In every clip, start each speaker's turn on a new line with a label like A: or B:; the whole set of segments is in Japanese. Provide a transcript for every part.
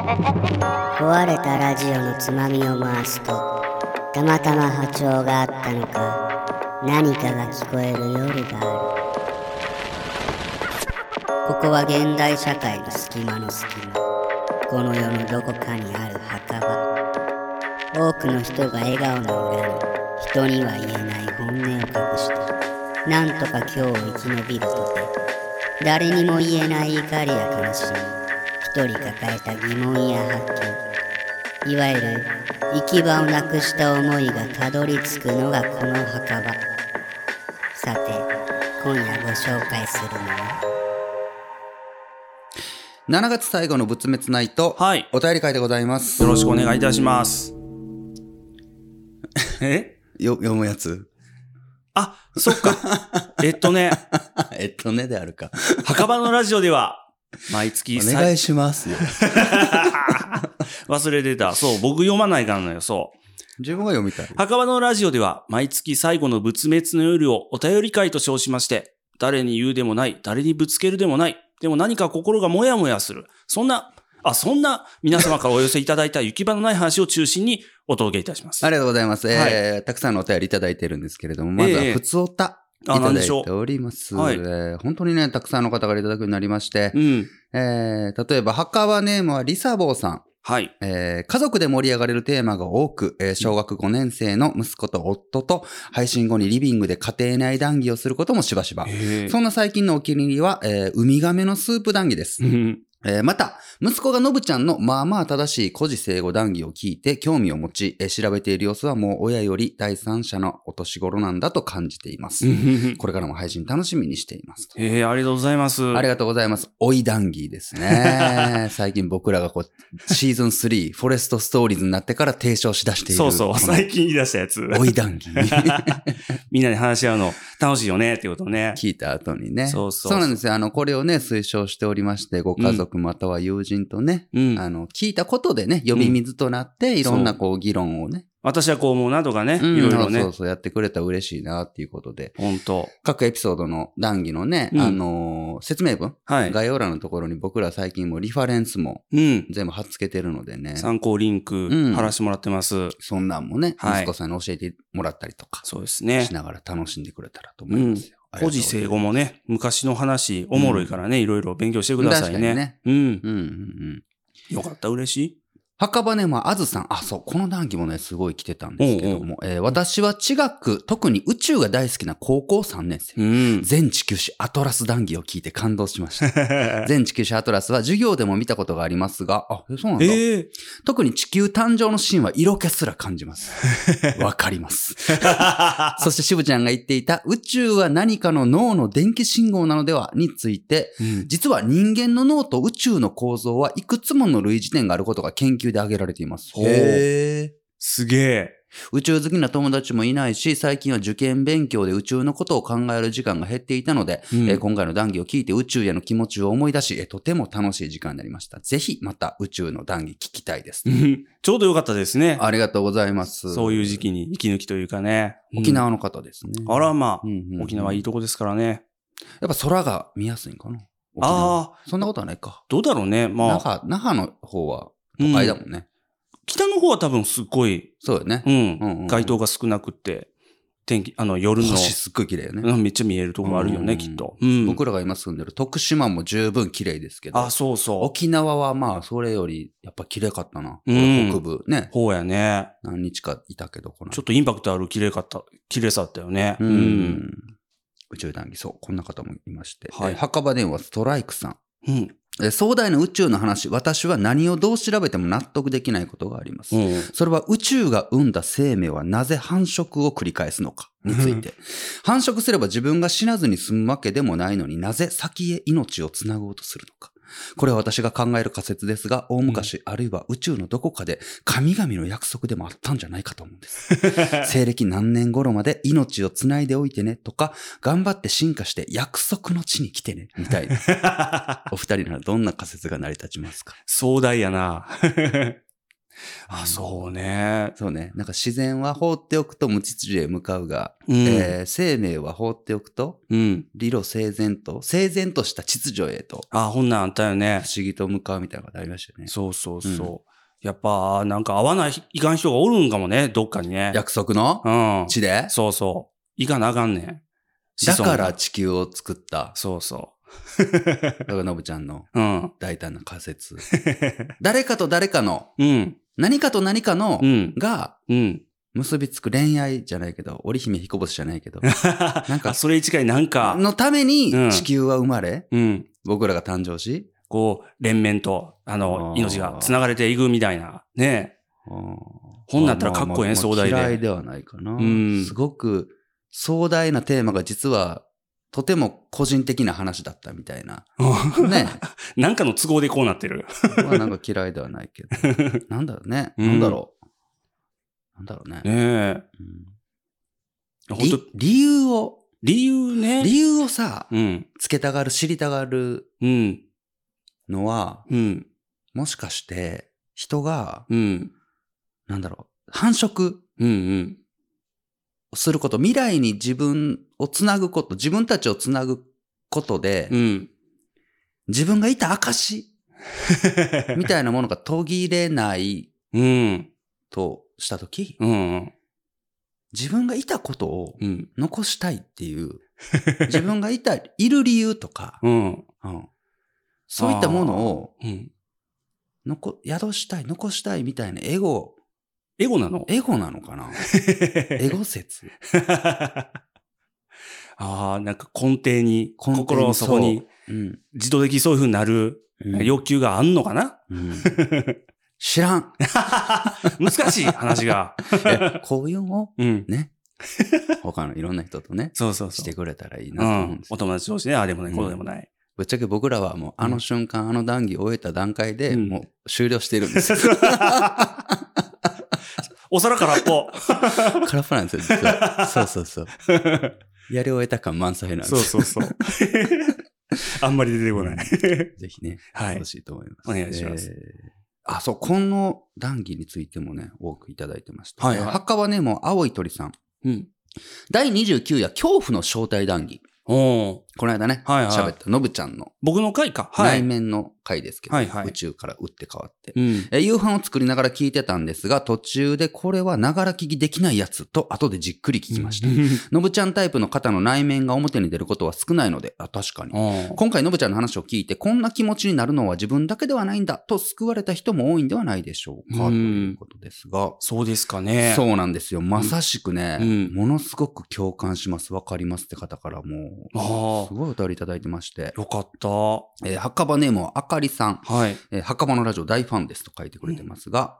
A: 壊れたラジオのつまみを回すとたまたま波長があったのか何かが聞こえる夜があるここは現代社会の隙間の隙間この世のどこかにある墓場多くの人が笑顔の裏に人には言えない本音を隠してなんとか今日を生き延びるとて誰にも言えない怒りや悲しみ一人抱えた疑問や発見いわゆる行き場をなくした思いがたどり着くのがこの墓場さて今夜ご紹介するのは
B: 7月最後の仏滅ナイト、
C: はい
B: お便り会でございます
C: よろしくお願いいたします。え
B: よ読むやつ
C: あ、そっか。えっとね、
B: えっとねであるか
C: 墓場のラジオでは、毎月
B: お
C: さい
B: 願いしますよ
C: 忘れてた。そう、僕読まないからのよ、そう。
B: 自分が読みたい
C: 墓場のラジオでは毎月最後の仏滅の夜をお便り会と称しまして、誰に言うでもない、誰にぶつけるでもない、でも何か心がもやもやする、そんな、あ、そんな皆様からお寄せいただいた行き場のない話を中心にお届けいたします。
B: ありがとうございます、えーたくさんのお便りいただいてるんですけれどもまずは
C: ええ
B: ふつおたい
C: あ
B: た
C: なん
B: だ
C: で
B: い
C: しょう
B: ております、
C: はい
B: えー本当にねたくさんの方からいただくようになりまして、
C: うん。
B: えー例えば墓場ネームはリサボーさん
C: はい。
B: えー家族で盛り上がれるテーマが多く、えー小学5年生の息子と夫と配信後にリビングで家庭内談義をすることもしばしば。そんな最近のお気に入りは、えーウミガメのスープ談義です
C: う。ん
B: えーまた、息子がのぶちゃんのまあまあ正しい孤児生語談義を聞いて興味を持ち、えー調べている様子はもう親より第三者のお年頃なんだと感じています。これからも配信楽しみにしていますと。
C: えー、ありがとうございます。
B: ありがとうございます。追い談義です ね。最近僕らがこう、シーズン3、フォレストストーリーズになってから提唱しだしている。
C: そうそう、
B: この
C: 最近言い出したやつ。
B: 追い談義。
C: みんなで話し合うの楽しいよね、っていうことね。
B: 聞いた後にね。
C: そうそう
B: なんですよ。あの、これをね、推奨しておりまして、ご家族または友人とね、
C: うん。
B: あの、聞いたことでね、呼び水となって、いろんなこう、議論をね、
C: 私はこう思うなとかね、いろいろ
B: そう
C: ね。
B: そう、やってくれたら嬉しいな、っていうことで。
C: 本当
B: 各エピソードの談義のね、
C: うん
B: あのー説明文、
C: はい。
B: 概要欄のところに僕ら最近もリファレンスも
C: うん。
B: 全部貼っつけてるのでね。
C: 参考リンク
B: うん
C: 貼らせてもらってます。
B: そんなんもね、
C: はい
B: 息子さんに教えてもらったりとか
C: そうですね
B: し。ながら楽しんでくれたらと思いますよ。ありが
C: 個
B: とうございます
C: 人生語もね、昔の話、おもろいからね、いろいろ勉強してくださいね。
B: 確
C: うん。
B: うんうんうん。
C: よかった、嬉しい。
B: 墓場ね、まあ、あずさん。あ、そう、この談義もね、すごい来てたんですけども、えー私は地学、特に宇宙が大好きな高校3年生。
C: うん。
B: 全地球史アトラス談義を聞いて感動しま した。全地球史アトラスは授業でも見たことがありますが、あ、えそうなんだ。
C: ええ
B: 特に地球誕生のシーンは色気すら感じ ます。わかります。そして渋ちゃんが言っていた宇宙は何かの脳の電気信号なのではについて、
C: うん
B: 実は人間の脳と宇宙の構造はいくつもの類似点があることが研究で挙げられています。
C: ほうへすげえ。
B: 宇宙好きな友達もいないし、最近は受験勉強で宇宙のことを考える時間が減っていたので、
C: うん
B: えー今回の談義を聞いて宇宙への気持ちを思い出し、えーとても楽しい時間になりました。ぜひまた宇宙の談義聞きたいです。
C: うんちょうどよかったですね。
B: ありがとうございます。
C: そういう時期に息抜きというかね。
B: 沖縄の方ですね。
C: うん。あらま
B: うんうんう
C: あ、
B: ん
C: 沖縄いいとこですからね。
B: やっぱ空が見やすいんかな。あ。
C: ああ、
B: そんなことはないか。
C: どうだろうね。ま
B: 那
C: あ、
B: 覇、那覇の方は
C: う
B: 都
C: ん
B: 会だもんね。
C: 北の方は多分すっごい、
B: そうよね
C: う。
B: うんうん
C: ん、街灯が少なくて、天気、あの、夜の、
B: 星すっごい綺麗よね。
C: うんめっちゃ見えるところあるよ
B: うん
C: ね、きっと。うん。
B: 僕らが今住んでる徳島も十分綺麗ですけど
C: あ、、そうそ
B: 沖縄はまあ、それよりやっぱ綺麗かったな。
C: うん
B: 北部ね
C: う。。ほうやね。
B: 何日かいたけど、この間
C: ちょっとインパクトある綺麗かった、綺麗さだったよね。
B: うん。宇宙談義、そう、こんな方もいまして。
C: はい
B: えー墓場電話ストライクさん。
C: うん。
B: えー壮大な宇宙の話、私は何をどう調べても納得できないことがあります。
C: うん。
B: それは宇宙が生んだ生命はなぜ繁殖を繰り返すのかについて。繁殖すれば自分が死なずに済むわけでもないのになぜ先へ命をつなごうとするのか。これは私が考える仮説ですが、大昔、あるいは宇宙のどこかで神々の約束でもあったんじゃないかと思うん です。西暦何年頃まで命をつないでおいてねとか、頑張って進化して約束の地に来てね、みたいな。 お二人ならどんな仮説が成り立ちますか
C: 壮大やな。あ、そうね。
B: そうね。なんか自然は放っておくと無秩序へ向かうが、
C: うん。
B: えー生命は放っておくと
C: うん。
B: 理路整然と、整然とした秩序へと、
C: あ、ほんなんあったよね
B: 不。思議と向かうみたいなことありましたよね。
C: そうそうそう。やっぱ、なんか合わない、いかん人がおるんかもね、どっかにね。
B: 約束の
C: うん。
B: 地で
C: そうそう。いかなあかんねん。
B: だ
C: 子孫
B: か
C: が
B: ら。地球を作った。
C: そうそ
B: だからのぶちゃんの
C: う。うん。
B: 大胆な仮説。 誰かと誰かの、
C: うん。
B: 何かと何かの
C: う、ん。
B: が
C: うん。
B: 結びつく恋愛じゃないけど、織姫彦星じゃないけど、
C: なん
B: んか
C: か、それ近いなんか、
B: のために
C: うん
B: 地球は生まれ、
C: うん。
B: 僕らが誕生し、
C: こう、連綿と、あ
B: あ
C: の、
B: ー
C: 命が繋がれていくみたいな。ね
B: ほ
C: 本なったらかっこええ壮大で
B: 嫌いではないかな。
C: ん
B: すごく壮大なテーマが実は、とても個人的な話だったみたいな。 ね。
C: なんかの都合でこうなってる。
B: まあなんか嫌いではないけど。なんだろうね。
C: うん
B: なんだろう。なんだろうね。
C: ね
B: うん
C: え。
B: り
C: 本当
B: 理由を、
C: 理由ね。
B: 理由をさ、
C: うん。
B: つけたがる、知りたがる
C: うん。
B: のは、
C: うん。
B: もしかして、人が、
C: うん。
B: なんだろう、繁殖
C: うん。うん。
B: すること、未来に自分をつなぐこと、自分たちをつなぐことで、
C: うん。
B: 自分がいた 証みたいなものが途切れない
C: うん。
B: としたとき、
C: うん。
B: 自分がいたことを
C: うん。
B: 残したいって いう、自分がいた、いる理由とか、
C: う
B: う
C: ん。
B: んそういったものを
C: うん。
B: 残、宿したい、残したいみたいなエゴ、
C: エゴなの
B: エゴなのかなエゴ説
C: ああ、なんか根底に、
B: 根底に
C: 心の底に、
B: うん。
C: 自動的にそういう風になる
B: うん
C: 欲求があんのか な、
B: うん知ら ん。
C: 難しい話が。
B: えこういうのを、
C: うん。
B: ね。他のいろんな人とね、
C: そうそうそ
B: し
C: う。
B: てくれたらいいうなと思うん
C: ん
B: で。すよ
C: お友達同士ね、ああでもな
B: う
C: い、
B: ん
C: こうでもない。
B: ぶっちゃけ僕らはもうあの瞬間、あの談義を終えた段階で、
C: うん
B: もう終了してるんです よ。
C: お皿空っぽ。
B: 空っぽなんですよ、実は。そうそうそう。やり終えた感満載なんです
C: そう
B: よ。
C: そうそう。 あんまり出てこない。
B: ぜひね、
C: はい
B: 欲しいと思います。
C: お願いします
B: えーあ、そう、この談義についてもね、多くいただいてました。
C: はいはい
B: えー墓はね、もう青い鳥さん。
C: うん。
B: 第29夜、恐怖の正体談義。
C: おー
B: この間ね、
C: はいはい
B: 喋ったのぶちゃんの
C: 僕の回か。は
B: 内
C: い。
B: 面の回ですけど、
C: はいはい
B: 宇宙から打って変わって。
C: うん。
B: えー夕飯を作りながら聞いてたんですが、途中でこれはながら聞きできないやつと後でじっくり聞きました。のぶちゃんタイプの方の内面が表に出ることは少ないので、あ、確かに。
C: おー
B: 今回のぶちゃんの話を聞いて、こんな気持ちになるのは自分だけではないんだと救われた人も多いんではないでしょうか、
C: うん
B: ということですが、
C: そうですかね。
B: そうなんですよ。まさしくね、
C: うん
B: ものすごく共感します。わかりますって方からも
C: あ
B: う、すごいお便りいただいてまして、
C: よかった。は
B: えー墓場ネームはあかりさん、
C: い。
B: えー墓場のラジオ大ファンですと書いてくれてますが、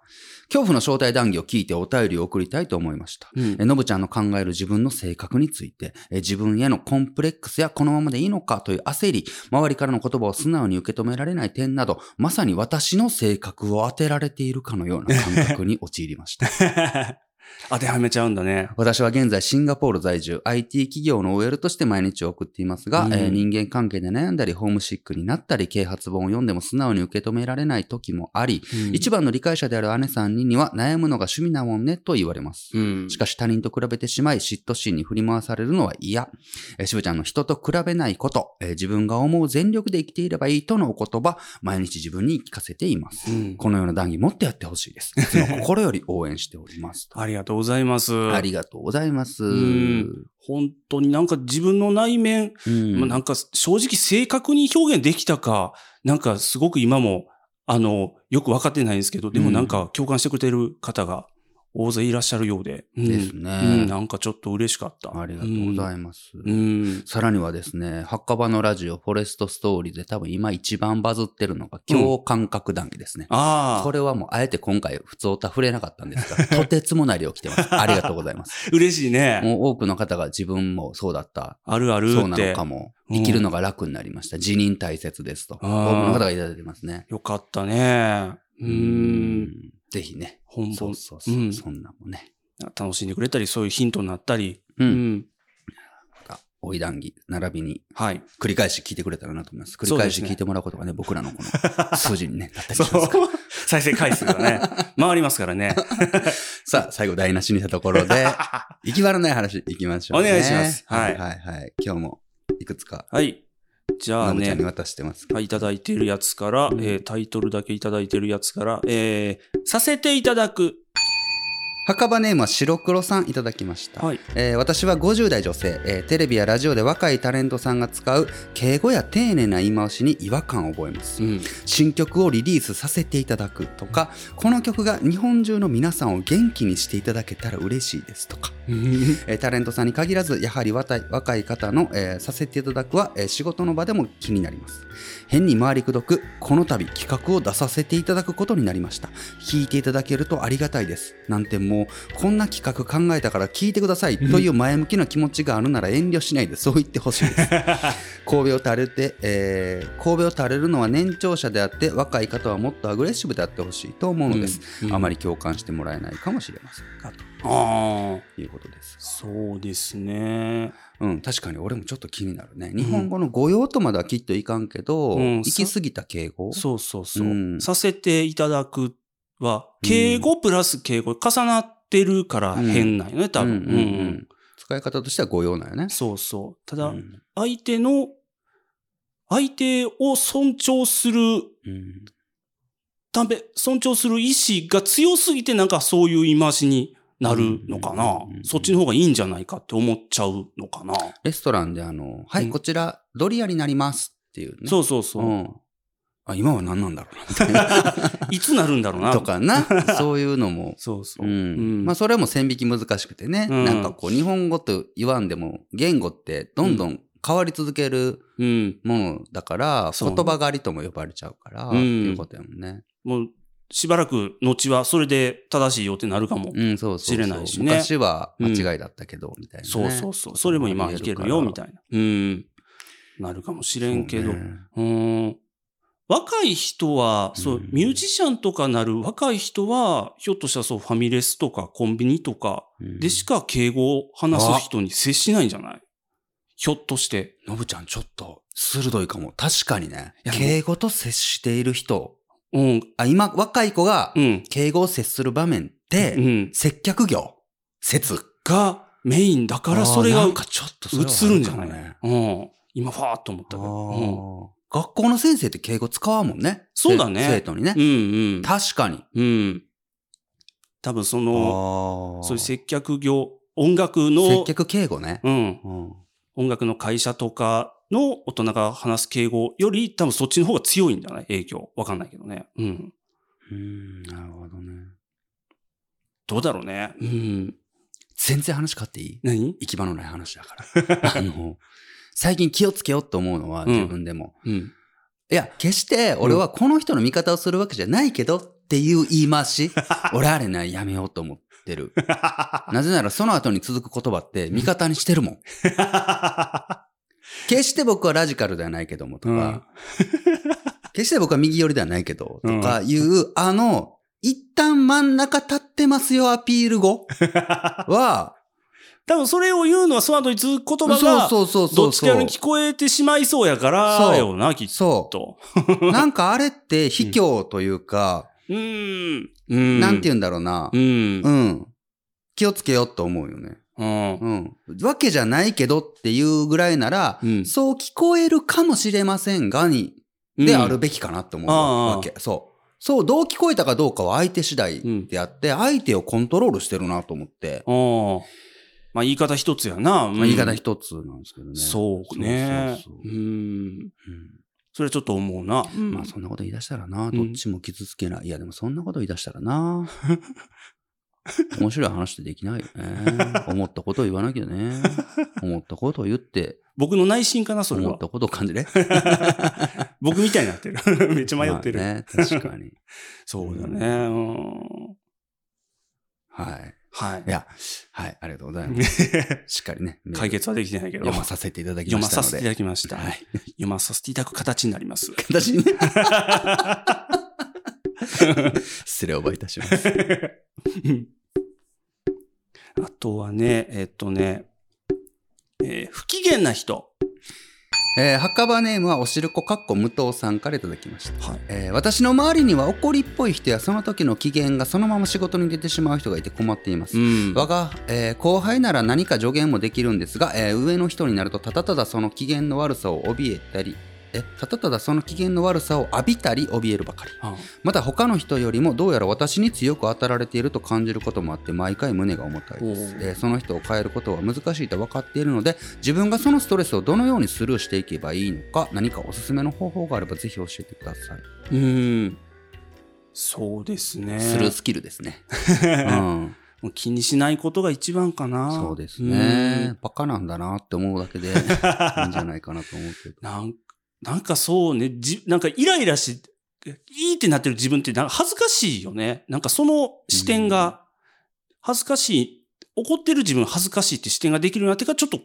B: 恐怖の正体談義を聞いてお便りを送りたいと思いました。
C: うん
B: えーのぶちゃんの考える自分の性格について、えー自分へのコンプレックスやこのままでいいのかという焦り、周りからの言葉を素直に受け止められない点など、まさに私の性格を当てられているかのような感覚に陥りま した。
C: 当てはめちゃうんだね。
B: 私は現在シンガポール在住、IT 企業の OL として毎日を送っていますが、
C: うん
B: えー人間関係で悩んだり、ホームシックになったり、啓発本を読んでも素直に受け止められない時もあり、一
C: 番、
B: 番の理解者である姉さんには悩むのが趣味なもんねと言われます。
C: うん
B: しかし他人と比べてしまい嫉妬心に振り回されるのは嫌。えー、しぶちゃんの人と比べないこと、えー自分が思う全力で生きていればいいとのお言葉、毎日自分に聞かせています。
C: うん
B: このような談義もっとやってほしいです。いつも心より応援しております。
C: ありがとうございます。
B: ありがとうございます。
C: うん本当になんか自分の内面、
B: うん
C: まあなんか正直正確に表現できたか、なんかすごく今も、あの、よく分かってないんですけど、でもなんか共感してくれてる方が大勢いらっしゃるようで。うん
B: ですね
C: うんなんかちょっと嬉しかった。
B: ありがとうござ
C: ま
B: います。
C: す。うん。
B: さらにはですね、墓場のラジオ、フォレストストーリーで多分今一番バズってるのが、共感覚談義ですね。
C: あ
B: こ
C: あ、
B: れはもうあえて今回、普通た触れなかったんですが、 とてつもない量来てます。ありがとうございます。
C: 嬉しいね。
B: もう多くの方が自分もそうだった、
C: あるあるって。
B: そうなのかも、
C: うん
B: 生きるのが楽になりました。辞任大切ですと。多く
C: あー
B: の方がいただいてますね。
C: よかったね。う。。
B: うんぜひね。
C: 本
B: そ
C: 番
B: うそうそう。
C: うん
B: そんなもんね。
C: 楽しんでくれたり、そういうヒントになったり。
B: う。
C: うんん。
B: おい談義、並びに
C: はい。
B: 繰り返し聞いてくれたらなと思います。繰り
C: そうで
B: 返
C: す
B: し
C: ね
B: 聞いてもらうことがね、僕らのこ の数字にね、なったりし
C: そ
B: ま
C: う
B: すから。。
C: 再生回数が ね、回りますからね。
B: さあ、最後台無しにしたところで、 行き場のない話行きましょう、ね。
C: お願いしますは
B: はいいはいはい。今日もいくつか、
C: はい。じゃあ
B: のぶちゃ
C: ね
B: んに、渡してます。
C: はい、いただいてるやつから、えータイトルだけいただいてるやつから、えーさせていただく。
B: 墓場ネームは白黒さんいただきました。
C: はい。
B: えー私は50代女性、えーテレビやラジオで若いタレントさんが使う敬語や丁寧な言い回しに違和感を覚えます、
C: うん。
B: 新曲をリリースさせていただくとかこの曲が日本中の皆さんを元気にしていただけたら嬉しいですとか、えータレントさんに限らずやはり若い若い方の、えーさせていただくは、えー仕事の場でも気になります変に回りくどくこの度企画を出させていただくことになりました聞いていただけるとありがたいですなんてもうこんな企画考えたから聞いてくださいという前向きな気持ちがあるなら遠慮しないでそう言ってほしいです 神戸を垂れて、えー神戸を垂れるのは年長者であって若い方はもっとアグレッシブであってほしいと思うのです、
C: うん
B: あまり共感してもらえないかもしれませんが
C: ああ、
B: ということです、
C: そうですね。
B: うん、確かに俺もちょっと気になるね日本語の語用とまではきっといかんけど、
C: うん
B: 行き過ぎた敬語
C: そうそうそう。
B: うん
C: させていただくは、敬語プラス敬語、重なってるから変なんよね、多分。
B: うんうんうん使い方としては語用なんよね
C: そうそう。た
B: う
C: だ、
B: ん
C: 相手の、相手を尊重する
B: うん
C: ため、尊重する意志が強すぎて、なんかそういう言い回しになるのかな
B: うんうんうんう。ん
C: そっちの方がいいんじゃないかって思っちゃうのかな。
B: レストランであの「はい、
C: うん
B: こちらドリアになります」っていうね
C: そうそうそう。
B: んあ今は何なんだろうなみたい
C: いつなるんだろう
B: な
C: な。
B: とか なそういうのも
C: そうそう。
B: うん
C: うん
B: まあそれも線引き難しくてね、
C: うん
B: なんかこう日本語と言わんでも言語ってどんどん変わり続ける
C: うん。
B: ものだから、
C: そう
B: 言葉狩りとも呼ばれちゃうから、
C: ん
B: っていうことやもんね。
C: もう、しばらく後はそれで正しいよってなるかも。
B: うん、そうそうそう
C: 知れないしね
B: 昔は間違いだったけど、みたいなね、
C: そうそうそう。それも今いけるよ、みたいな。うん。なるかもしれんけど。う,、
B: そうね
C: ん。若い人は、そう、
B: うん
C: ミュージシャンとかなる若い人は、ひょっとしたらそう、ファミレスとかコンビニとか
B: うん
C: でしか敬語を話す人に接しないんじゃないひょっとして。
B: のぶちゃん、ちょっと鋭いかも。確かにね
C: いや。
B: 敬語と接している人。
C: うん。
B: あ、今、若い子が
C: うん。
B: 敬語を接する場面
C: う
B: で、
C: ん。
B: 接客業、接。
C: がメインだから、それ
B: あ
C: が
B: ー
C: う
B: なんかちょっとそれはあ
C: 映るんじゃない
B: かもね
C: うん。今、ファーっと思ったけ
B: あ
C: ど。うん
B: ー学校の先生って敬語使わんもんね。
C: そうだね
B: せ生徒にね。
C: うん
B: 確かに。
C: うん。うん。多分その、
B: あ
C: そういう接客業、音楽の
B: 接、客敬語ね。
C: うん。
B: うん。
C: 音楽の会社とかの大人が話す敬語より、多分そっちの方が強いんじゃない影響。わかんないけどね。うん。
B: うん、なるほどね。
C: どうだろうね。うん。
B: 全然話変わっていい
C: 何
B: 行き場のない話だ から。あの、最近気をつけようと思うのは
C: うん
B: 自分でも。
C: うん。
B: いや、決して俺はこの人の味方をするわけじゃないけどっていう言い回 し。俺あれね、やめようと思って る。なぜならその後に続く言葉って味方にしてるもん。決して僕はラジカルではないけどもとか、決して僕は右寄りではないけど、とかいう、あの、一旦真ん中立ってますよアピール 語は、
C: 多分それを言うのはその後に続く言葉が、
B: そうそうそうそうそう。
C: どっちかに聞こえてしまいそうやから、
B: そう
C: よな、きっ
B: そ
C: と。
B: う。なんかあれって卑怯というか、
C: うん。うん。
B: なんて
C: い
B: 言うんだろうな
C: う。ん
B: う。ん。気をつけようと思うよね。
C: うん。
B: うん。わけじゃないけどっていうぐらいなら、
C: うん
B: そう聞こえるかもしれませんがに、であるべきかなと思う
C: ああ
B: わけ。そう。そう、どう聞こえたかどうかは相手次第であって、相手をコントロールしてるなと思って、
C: ああ。まあ言い方一つやな。うん
B: まあ言い方一つなんですけどね。
C: そうね。
B: そううそうそう
C: うん。
B: うん
C: それはちょっと思うな。
B: まあそんなこと言い出したらな、
C: ん
B: どっちも傷つけない。いやでもそんなこと言い出したら な。面白い話ってできないよね。思ったことを言わなきゃね。思ったことを言って、
C: 僕の内心かな、それ
B: 思
C: は
B: っ。たことを感じれ。
C: 僕みたいになってる。 めっちゃ迷ってる。
B: まあね、確かに。
C: そうだね。うん
B: はい。
C: はい
B: い。や、はい、ありがとうございます。しっかりね、メール
C: 解決はできてないけど。
B: 読まさせていただき
C: 読
B: ま
C: ま
B: した
C: さ
B: の
C: せてい
B: で。
C: ただきました。
B: はい。
C: 読まさせていただく形になります。
B: 私ね。 失礼を覚えいたします。
C: あとはね、えっとね、えー不機嫌な人。
B: えー、墓場ネームはおしるこかっこ武藤さんからいただきました。
C: はい。
B: えー私の周りには怒りっぽい人やその時の機嫌がそのまま仕事に出てしまう人がいて困っています
C: う。ん。
B: 我が、えー後輩なら何か助言もできるんですが、えー上の人になるとただただその機嫌の悪さを怯えたりえただただその機嫌の悪さを浴びたり怯えるばかり
C: あ
B: また他の人よりもどうやら私に強く当たられていると感じることもあって毎回胸が重たいです
C: お、う
B: えーその人を変えることは難しいと分かっているので自分がそのストレスをどのようにスルーしていけばいいのか何かおすすめの方法があればぜひ教えてください、
C: うん。そうですね。
B: スルースキルですね、 うん、
C: もう気にしないことが一番かな。
B: そうです
C: うん
B: ね。バカなんだなって思うだ けでいいんじゃないかなと思うけど。
C: なんなんかそうね、じ、なんかイライラし、いいってなってる自分ってなんか恥ずかしいよね。なんかその視点が、恥ずかしい、怒ってる自分恥ずかしいって視点ができるようになってから、ちょっと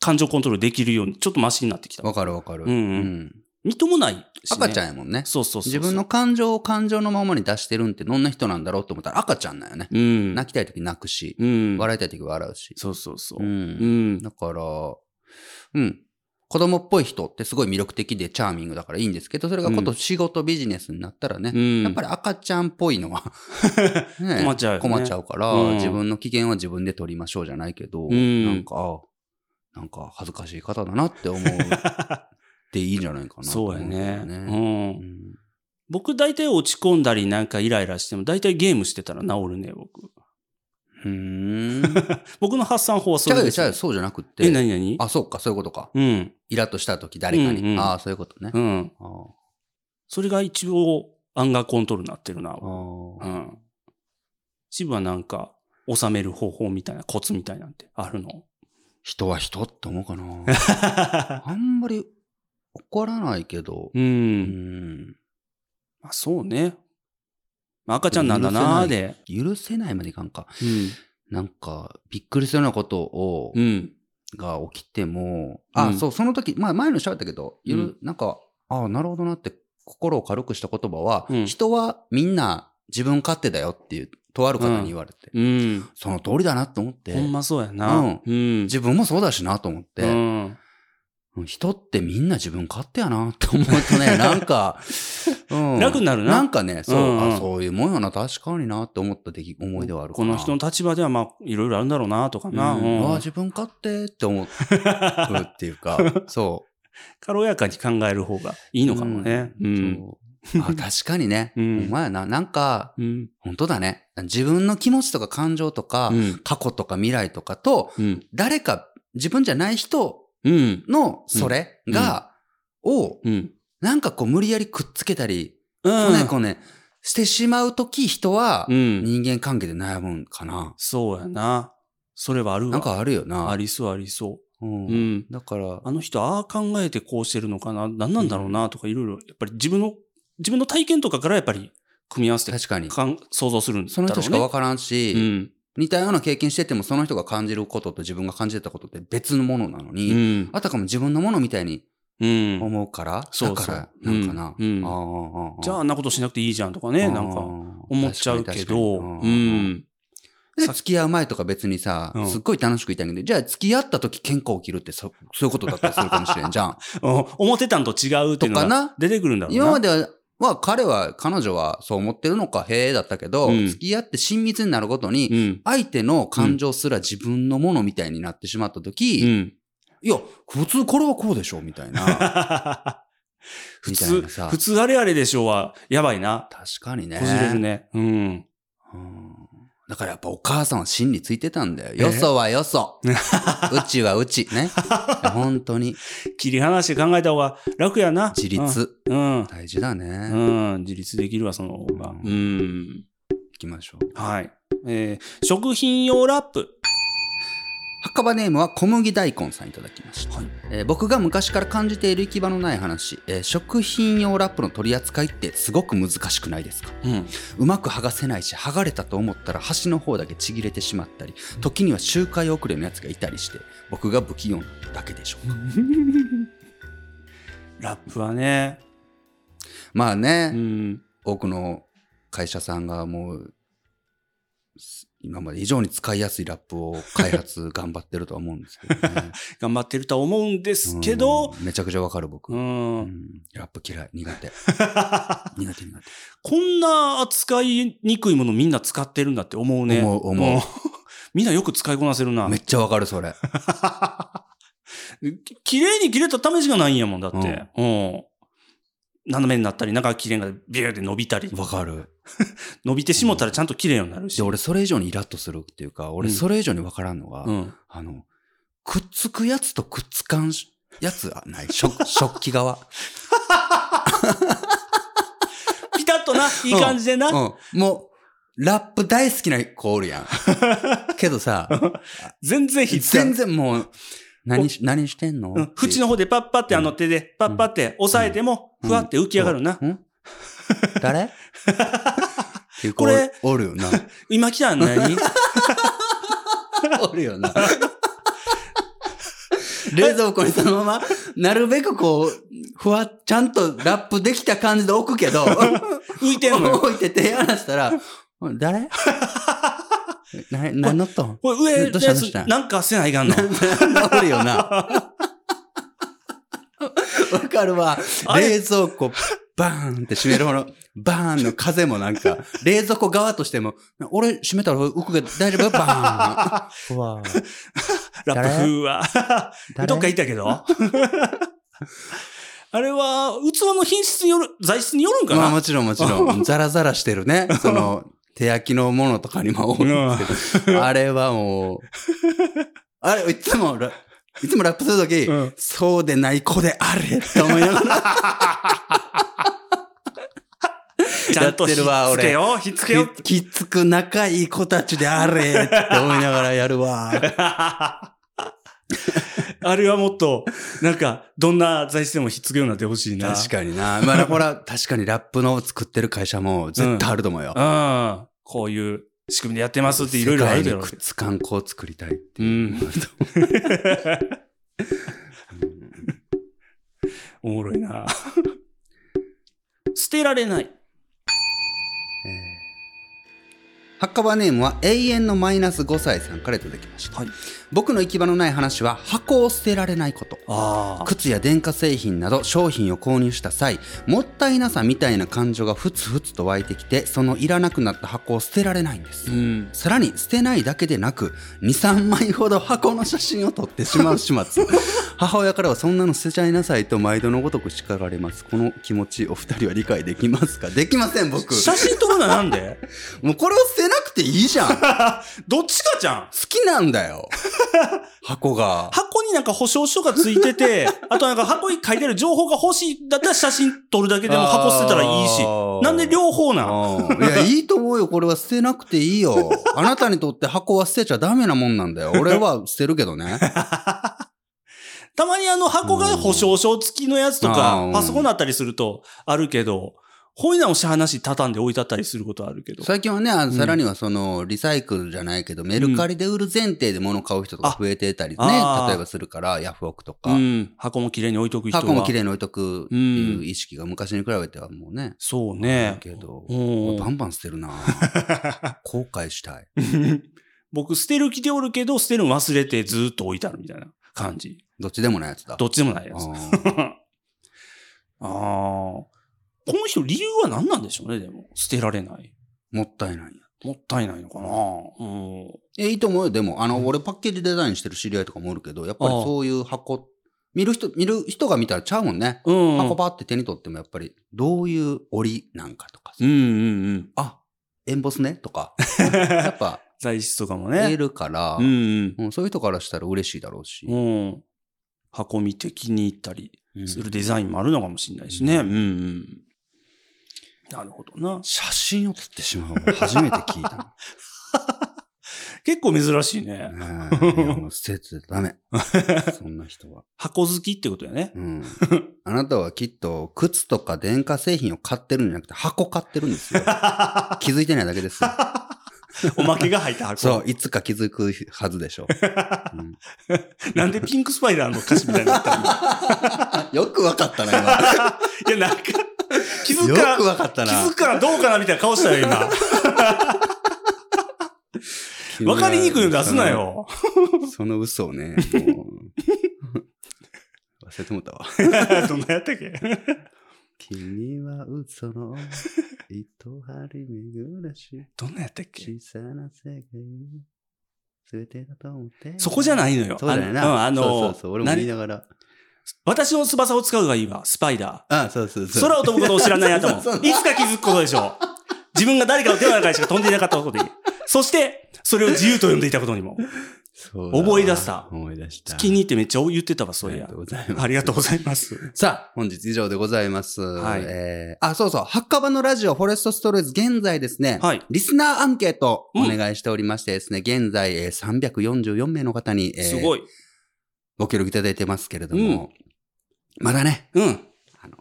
C: 感情コントロールできるように、ちょっとマシになってきた。
B: わかるわかる。
C: うんうんみともないし、ね。
B: 赤ちゃん
C: ん。
B: やもんね。
C: そうそうそうそう。
B: 自分の感情を感情のままに出してるんってどんな人なんだろうと思ったら赤ちゃんなんよね。
C: うん。
B: 泣きたい時泣くし、
C: うん。
B: 笑いたい時笑うし。。
C: そうそうそうう。うんん。
B: だから、うん。子供っぽい人ってすごい魅力的でチャーミングだからいいんですけど、それがこと仕事ビジネスになったらね、
C: うん。
B: やっぱり赤ちゃんっぽいのは、 ね
C: 困っちゃうよね
B: 困っちゃうから、
C: うん
B: 自分の機嫌は自分で取りましょうじゃないけど、
C: うん
B: なんか、あなんか恥ずかしい方だなって思うっていいんじゃないかなと
C: そう
B: 思
C: や
B: んだよ
C: ね。う。
B: ね。うんん
C: 僕大体落ち込んだりなんかイライラしても大体ゲームしてたら治るね、僕。
B: ふ ーん。
C: 僕の発散法はそ
B: ちゃう
C: れ
B: よ、
C: で
B: ち
C: す
B: ゃう
C: ね、
B: よ、そうじゃなくって。
C: え、何何
B: あ、そうか、そういうことか。
C: うん。
B: イラッとした時誰かに。
C: うんうん
B: ああ、そういうことね。
C: うん。
B: あー
C: それが一応、アンガーコントロールになってるな
B: あ。ー
C: うん。チブはなんか、収める方法みたいな、コツみたいなんてあ るの
B: 人は人って思うかな。 あんまり怒らないけど、
C: う。
B: うんん。
C: まあ、そうね。まあ、赤ちゃんなんだなーで。
B: 許せないまでいかんか。
C: うん。
B: なんか、びっくりするようなことを、
C: うん。
B: が起きても、
C: う
B: あ、
C: ん
B: そう、その時、まあ前の喋ったけど、ゆる
C: うん
B: なんか、あなるほどなって心を軽くした言葉は、
C: うん
B: 人はみんな自分勝手だよっていう、とある方に言われて、
C: うん。
B: その通りだなと思って、
C: ほんまそうやな。
B: うん
C: うん。
B: 自分もそうだしなと思って、
C: うん。
B: 人ってみんな自分勝手やなって思うとね、 なんか、うん
C: 楽になるな
B: なんかね、そう、
C: うんうん
B: あそういうもんやな、確かになって思った出来思い出はあるか
C: こ
B: な。
C: の人の立場では、まあ、いろいろあるんだろうな、とか
B: うん
C: な。うん
B: あ自分勝手って 思うっていうか、そう。
C: 軽やかに考える方がいいのかもね。う。
B: うんそうあ確かにね。
C: う
B: うんん、お前な、なんか、
C: うん。
B: 本当だね。自分の気持ちとか感情とか、
C: うん。
B: 過去とか未来とかと、
C: うん。
B: 誰か、自分じゃない人
C: うん。
B: のそれが、を、
C: うん。
B: なんかこう無理やりくっつけたり、
C: う
B: こね
C: ん。
B: こねしてしまうとき人は、
C: うん。
B: 人間関係で悩むんかな。
C: そうやな。それはあるわ。
B: なんかあるよな。
C: ありそうありそうう。
B: ん
C: うん。
B: だから、
C: あの人、ああ考えてこうしてるのかな、何なんだろうな、とかいろいろ、やっぱり自分の、自分の体験とかからやっぱり組み合わせて
B: 確かに。
C: かん想像するんだ
B: そ
C: ろう
B: の
C: ね。
B: 人しかわからんし、
C: うん。
B: 似たような経験しててもその人が感じることと自分が感じてたことって別のものなの
C: う
B: に、
C: ん。
B: あたかも自分のものみたいに
C: うん。
B: 思うから、
C: そう
B: だ
C: そう
B: からなんかな、
C: うんうん
B: ああ
C: じゃあ、あんなことしなくていいじゃんとか
B: あ
C: ね、
B: あ
C: なんか、思っちゃう
B: 確かに
C: けど、う
B: 確かに
C: ん。
B: で
C: さ
B: 付き合う前とか別にさ、
C: うん
B: すっごい楽しくいたいんだけど、じゃあ付き合った時喧嘩起きるってそそういうことだったりするかもしれん じゃん。
C: うん思ってたんと違うって
B: と
C: いう
B: か
C: のが
B: な。
C: 出てくるんだろうな。
B: 今までは、まあ彼は、彼女はそう思ってるのか、へえだったけど、
C: うん
B: 付き合って親密になるごとに、
C: うん。
B: 相手の感情すら自分のものみたいになってしまった時、
C: うん。
B: いや、普通これはこうでしょ、みたいな。
C: 普
B: み
C: 通、
B: たいなさ
C: 普通あれあれでしょうは、やばいな。
B: 確かにね。
C: こじれるね。うん。
B: うんだからやっぱお母さんは心についてたんだよ。
C: え
B: よそはよ そ。うちはうち。ね。本当に。
C: 切り離して考えた方が楽やな。
B: 自立。
C: うん。
B: 大事だね。
C: う
B: 行
C: ん。うん。自立できるわ、その方が。
B: うん
C: うん。
B: きましょう。
C: はい。えー食品用ラップ。
B: 墓場ネームは小麦大根さんいただきました。
C: はい
B: えー僕が昔から感じている行き場のない話、えー食品用ラップの取り扱いってすごく難しくないですか
C: うん。
B: うまく剥がせないし剥がれたと思ったら端の方だけちぎれてしまったり時には周回遅れのやつがいたりして僕が不器用なだけでしょうか
C: ラップはね。
B: まあね、
C: うん。
B: 多くの会社さんがもうす今まで以上に使いやすいラップを開発頑張ってるとは思うんですけどね。
C: 頑張ってるとは思うんです けど、
B: うん、めちゃくちゃわかる僕、
C: う
B: うん
C: ん、
B: ラップ嫌い。苦手。苦手苦
C: こんな扱いにくいものみんな使ってるんだって思う ね。。
B: 思う思うん
C: みんなよく使いこなせるな
B: 手。め。っちゃわかる、それ。
C: き綺麗に切れた試しがないんやもん、だって。うん。斜めになったり、中が綺麗がビューって伸びたり。
B: わか る。
C: 伸びてしもたらちゃんと綺麗になるし。
B: で、俺それ以上にイラッとするっていうか、俺
C: うん
B: それ以上にわからんのが、
C: うん。
B: あの、くっつくやつとくっつかんしやつはない。 食、食器側。
C: ピタッとな、いい感じでな。
B: うん。もう、ラップ大好きな子おる やん。けどさ、
C: 全然ひっつかん
B: 全然もう、何し、何してんの
C: うん縁の方でパッパってあの手で、パッパって押さえても、
B: うん
C: ふわって浮き上がるな。
B: ん 誰っていう子
C: これ
B: おるよな。
C: 今来たん何
B: おるよな。冷蔵庫にそのまま、なるべくこう、ふわ、ちゃんとラップできた感じで置くけど、
C: 浮いてんのよ。
B: 置いて手離したら、誰 な、何のと ん
C: これ上
B: ど
C: の
B: うした
C: や
B: どう
C: つ
B: した
C: なんかせないかんの。
B: おるよな。 わかるわ。
C: あれ
B: 冷蔵庫、バーンって閉める方の、バーンの風もなんか、冷蔵庫側としても、俺閉めたら浮くけど大丈夫バーン。 うわ
C: ラップ風は。どっか行ったけ ど。あれは、器の品質による、材質によるんか
B: まあ
C: な。
B: もちろんもちろん。ザラザラしてるね。その、手焼きのものとかにも多いんですけど、あれはもう、あれ、いつもラ、いつもラップするとき、
C: うん
B: そうでない子であれって思いなが ら、
C: ちゃんと
B: や
C: ひ
B: って
C: っ
B: るわ
C: つけよう、ひっつけよう。
B: ききつく仲いい子たちであれって思いながらやる わ。
C: あれはもっと、なんか、どんな材質でもひっつくようになってほしいな。
B: 確かにな。まあ、ほら、確かにラップの作ってる会社も絶対あると思うよ。
C: うん。こういう仕組みでやってますっていろいろある
B: 世
C: だ
B: 界
C: ろ
B: に
C: う
B: くっつかん子を作りたいってい
C: う
B: う。
C: ん。おもろいな。捨てられない。
B: ハッカバネームは永遠のマイナス5歳さんからいただきました。
C: はい
B: 僕の行き場のない話は箱を捨てられないこと。
C: あ
B: 靴や電化製品など商品を購入した際もったいなさみたいな感情がふつふつと湧いてきてそのいらなくなった箱を捨てられないんです、
C: うん。
B: さらに捨てないだけでなく23枚ほど箱の写真を撮ってしまう始 末母親からはそんなの捨てちゃいなさいと毎度のごとく叱られますこの気持ちお二人は理解できますかできません僕
C: 写真撮るのはなんで
B: もうこれを捨てなくていいじゃん好
C: どっちかじゃん。
B: きなんだ よ箱が
C: 箱になんか保証書がついてて、 あとなんか箱に書いてる情報が欲しいんだったら写真撮るだけでも箱捨てたらいいし
B: あ。ー
C: なんで両方なん
B: うんいや、いいと思うよ。これは捨てなくていい よ。あなたにとって箱は捨てちゃダメなもんなんだよ。俺は捨てるけどね。
C: たまにあの箱が保証書付きのやつと
B: うんあーう
C: か
B: ん、
C: パソコンだったりするとあるけど、こういうのもし話畳んで置いてあったりすることあるけど。
B: 最近はね、あの
C: うん
B: さらにはその、リサイクルじゃないけど、メルカリで売る前提で物買う人とか増えてたりね、
C: あ
B: 例えばするから、ヤフオクとか
C: う、ん。箱も綺麗に置いとく人は。
B: 箱も綺麗に置いとくっていう意識が昔に比べてはもうね、
C: そう
B: あ
C: ね
B: る。けど、
C: うん
B: バンバン捨てる な後悔したい。
C: 僕、捨てる気でおるけど、捨てるの忘れてずーっと置いてあるみたいな感じ。
B: どっちでもないやつだ。
C: どっちでもないやつ。あ
B: うん
C: あー。この人、理由は何なんでしょうね、でも。捨てられない。
B: もったいない。
C: もったいないのかな。うん。
B: え、いいと思うよ。でも、あの、俺パッケージデザインしてる知り合いとかもおるけど、やっぱり
C: ああ
B: そういう箱、見る人、見る人が見たらちゃうもんね。
C: うん。
B: 箱パって手に取ってもやっぱり、どういう折なんかとかさ
C: うんうんうん。
B: あ、エンボスねと か、やっぱ、
C: 材質とかも
B: 見
C: ね
B: え。るから、
C: うんうん。
B: うんそういう人からしたら嬉しいだろうし。
C: うん。箱見て気に入ったり
B: うん
C: するデザインもあるのかもしれないしね。
B: う
C: うんうん。なるほどな。
B: 写真を撮ってしまうの初めて聞い たの。
C: 結構珍しいね。
B: ねえいやもう捨ててダ メ。そんな人は。
C: 箱好きってことやね。
B: うん。 あなたはきっと、靴とか電化製品を買ってるんじゃなくて、箱買ってるん ですよ。気づいてないだけですよ。
C: おまけが入った箱。
B: そう、いつか気づくはずでしょう。 うん
C: なんでピンクスパイダーの歌詞みたいになった の
B: よくわかったな、今。
C: いや、なんか、気づくか
B: よく
C: ら、
B: わかった
C: 気
B: な
C: づ。くからどうかなみたいな顔したよ、今。
B: 急な
C: わかりにくいの出すなよ。
B: その嘘をね、もう忘れてもったわ。
C: どんなやったっけ
B: 君は嘘の糸張り巡らし、
C: どんなやったっけ
B: 小さな世界、すべてだと思って。
C: そこじゃないのよ。
B: そうだよな。
C: あの、うんあの
B: そうそうそう、俺も言いながら。
C: 私の翼を使うがいいわ、スパイダ
B: あそうそう
C: ー。
B: そう。
C: 空を飛ぶことを知らない頭。い
B: そうそうそう
C: つか気づくことでしょう。自分が誰かの手の中にしか飛んでいなかったことに。そして、それを自由と呼んでいたことにも。
B: そうだわ
C: 思い出した
B: 思い出した。
C: 気に入ってめっちゃ言ってたわ、そうい
B: ありが
C: や
B: とう。ございます。
C: ありがとうございます。
B: さあ、本日以上でございます。
C: はい
B: えー、あ、そうそう。ハッカバのラジオ、フォレストストーリーズ、現在ですね、
C: はい。
B: リスナーアンケート
C: うん
B: お願いしておりましてですね、現在、えー、344名の方に、えー
C: すごい。
B: ご協力いただいてますけれども、まだね、
C: うん。
B: あの、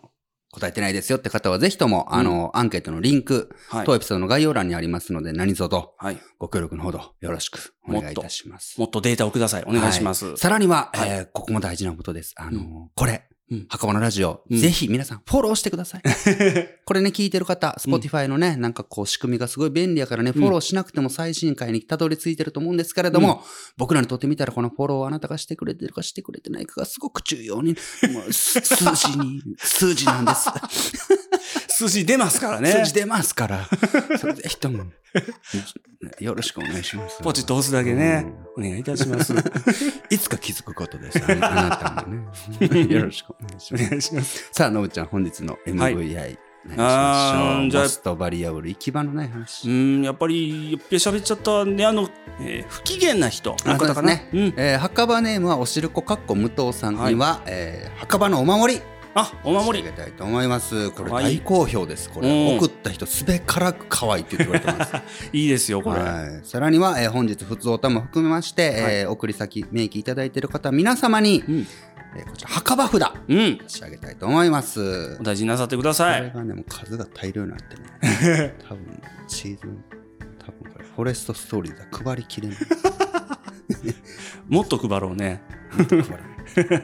B: 答えてないですよって方はぜひとも、あの、アンケートのリンク、
C: はい
B: 当エピソードの概要欄にありますので、何卒
C: はい。
B: ご協力のほどよろしくお願いいたします。
C: もっとデータをください。お願いします。
B: さらには、
C: はい
B: えーここも大事なことです。あの、
C: う
B: これ、
C: うん
B: 袴のラジオ、
C: うん
B: ぜひ皆さんフォローしてくだ さい。これね、聞いてる方、Spotify のね、なんかこう仕組みがすごい便利やからね、フォローしなくても最新回にたどり着いてると思うんですけれども、僕らにとってみたらこのフォローをあなたがしてくれてるかしてくれてないかがすごく重要に、もうす数字に、数字なん です。
C: 数字出ますからね。
B: 数字出ますから。それぜひと も、よろしくお願いします。
C: ポチッと押すだけね。お願いいたします。
B: いつか気づくことです。あなたも ね。よろしくお願いし
C: お
B: ます。
C: 願いします。
B: さあ、のぶちゃん、本日の MVI、
C: はい
B: 何し
C: あ
B: ま
C: ー
B: し
C: じ
B: ょ
C: ゃ
B: う
C: あ
B: モストバリアブル行き場のないう話。
C: ん、やっぱり、やっぱり喋っちゃったね。あの、えー不機嫌な人の方
B: あそ
C: か
B: うです
C: な。
B: ね
C: うん。
B: えー、墓場ネームはおしるこかっこ武藤さんには、えー墓場のお守り
C: あ、お守り。
B: 差し上げたいと思いますこれ
C: かわい
B: 大
C: い
B: 好評ですこれ、
C: うん
B: 送った人すべからく可愛いって言われてます
C: いいですよ、 これ。
B: はいさらには、えー本日普通おたも含めまして、えー送り先明記いただいている方皆様に、
C: うん
B: えーこちら墓場札差
C: うん。
B: し上げたいと思います
C: お大事になさってくださ
B: これ
C: い。
B: がねもう数が大量になってね多分シーズン多分これフォレストストーリーズは配りきれない
C: もっと配ろうね。
B: 配らないありが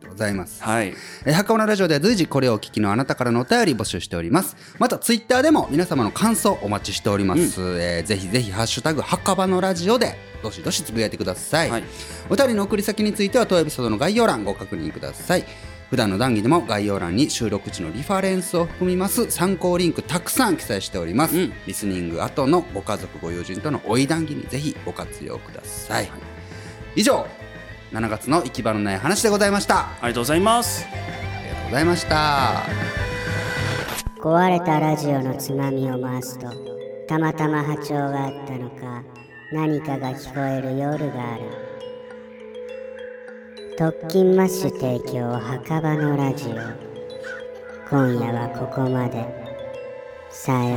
B: とうございます
C: はい。
B: えーハカオナラジオでは随時これをお聞きのあなたからのお便り募集しておりますまたツイッターでも皆様の感想お待ちしております、えーぜひぜひハッシュタグハカバのラジオでどしどしつぶやいてください、
C: はい
B: お便りの送り先については当エピソードの概要欄ご確認ください普段の談義でも概要欄に収録時のリファレンスを含みます参考リンクたくさん記載しております、
C: うん
B: リスニング後のご家族ご友人とのおい談義にぜひご活用ください、以上7月の行き場のない話でございました
C: ありがとうございます。
B: ありがとうございました。
A: 壊れたラジオのつまみを回すとたまたま波長があったのか何かが聞こえる夜がある特勤マッシュ提供墓場のラジオ今夜はここまでさようなら